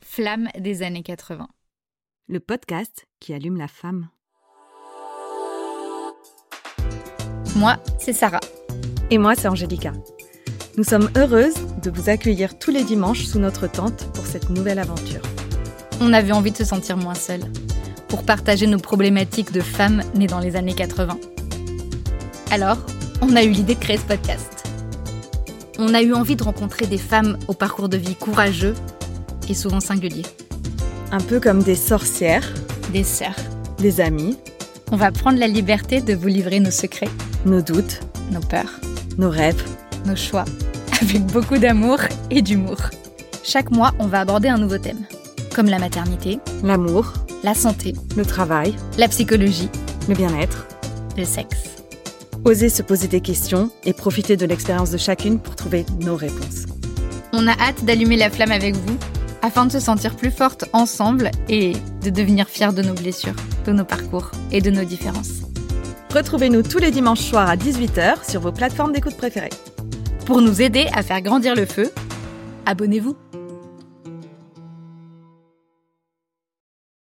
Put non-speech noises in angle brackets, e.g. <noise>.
Flamme des années 80. Le podcast qui allume la femme. Moi, c'est Sarah. Et moi, c'est Angélica. Nous sommes heureuses de vous accueillir tous les dimanches sous notre tente pour cette nouvelle aventure. On avait envie de se sentir moins seule, pour partager nos problématiques de femmes nées dans les années 80. Alors, on a eu l'idée de créer ce podcast. On a eu envie de rencontrer des femmes au parcours de vie courageux et souvent singulier. Un peu comme des sorcières, Des sœurs. des amis, On va prendre la liberté de vous livrer nos secrets, nos doutes, nos peurs, nos rêves. nos choix, <laughs> avec beaucoup d'amour et d'humour. Chaque mois, on va aborder un nouveau thème, comme la maternité, l'amour, la santé, le travail, la psychologie, le bien-être. le sexe. Osez se poser des questions et profiter de l'expérience de chacune pour trouver nos réponses. On a hâte d'allumer la flamme avec vous afin de se sentir plus forte ensemble et de devenir fiers de nos blessures, de nos parcours et de nos différences. Retrouvez-nous tous les dimanches soirs à 18h sur vos plateformes d'écoute préférées. Pour nous aider à faire grandir le feu, abonnez-vous.